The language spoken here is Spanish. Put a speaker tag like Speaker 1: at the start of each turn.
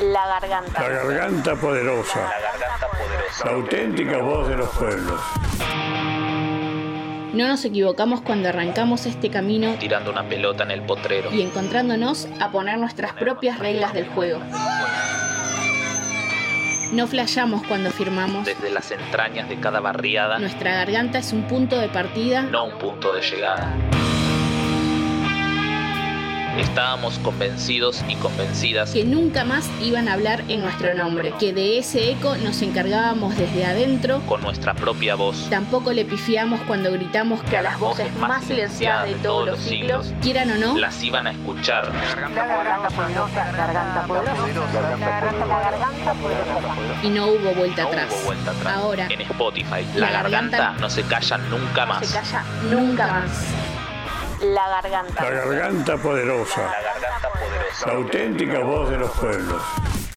Speaker 1: La garganta.
Speaker 2: La garganta poderosa.
Speaker 3: La garganta poderosa.
Speaker 2: La auténtica voz de los pueblos.
Speaker 4: No nos equivocamos cuando arrancamos este camino
Speaker 3: Tirando una pelota en el potrero.
Speaker 4: y encontrándonos a poner nuestras propias reglas del juego. No flayamos cuando firmamos.
Speaker 3: Desde las entrañas de cada barriada,
Speaker 4: Nuestra garganta es un punto de partida
Speaker 3: no un punto de llegada. Estábamos convencidos y convencidas
Speaker 4: que nunca más iban a hablar en nuestro nombre, que de ese eco nos encargábamos desde adentro.
Speaker 3: con nuestra propia voz.
Speaker 4: Tampoco le pifiamos cuando gritamos que a las voces más silenciadas de todos los siglos, quieran o no,
Speaker 3: Las iban a escuchar.
Speaker 1: La garganta poderosa. Garganta poderosa. La garganta, la garganta poderosa.
Speaker 4: y no hubo vuelta
Speaker 3: No
Speaker 4: atrás.
Speaker 3: hubo vuelta atrás.
Speaker 4: Ahora
Speaker 3: En Spotify.
Speaker 4: La
Speaker 3: La,
Speaker 4: garganta-
Speaker 3: garganta, no se calla nunca más.
Speaker 1: Se calla
Speaker 4: nunca más.
Speaker 1: la garganta.
Speaker 2: La garganta poderosa.
Speaker 3: garganta poderosa.
Speaker 2: La auténtica voz de los pueblos.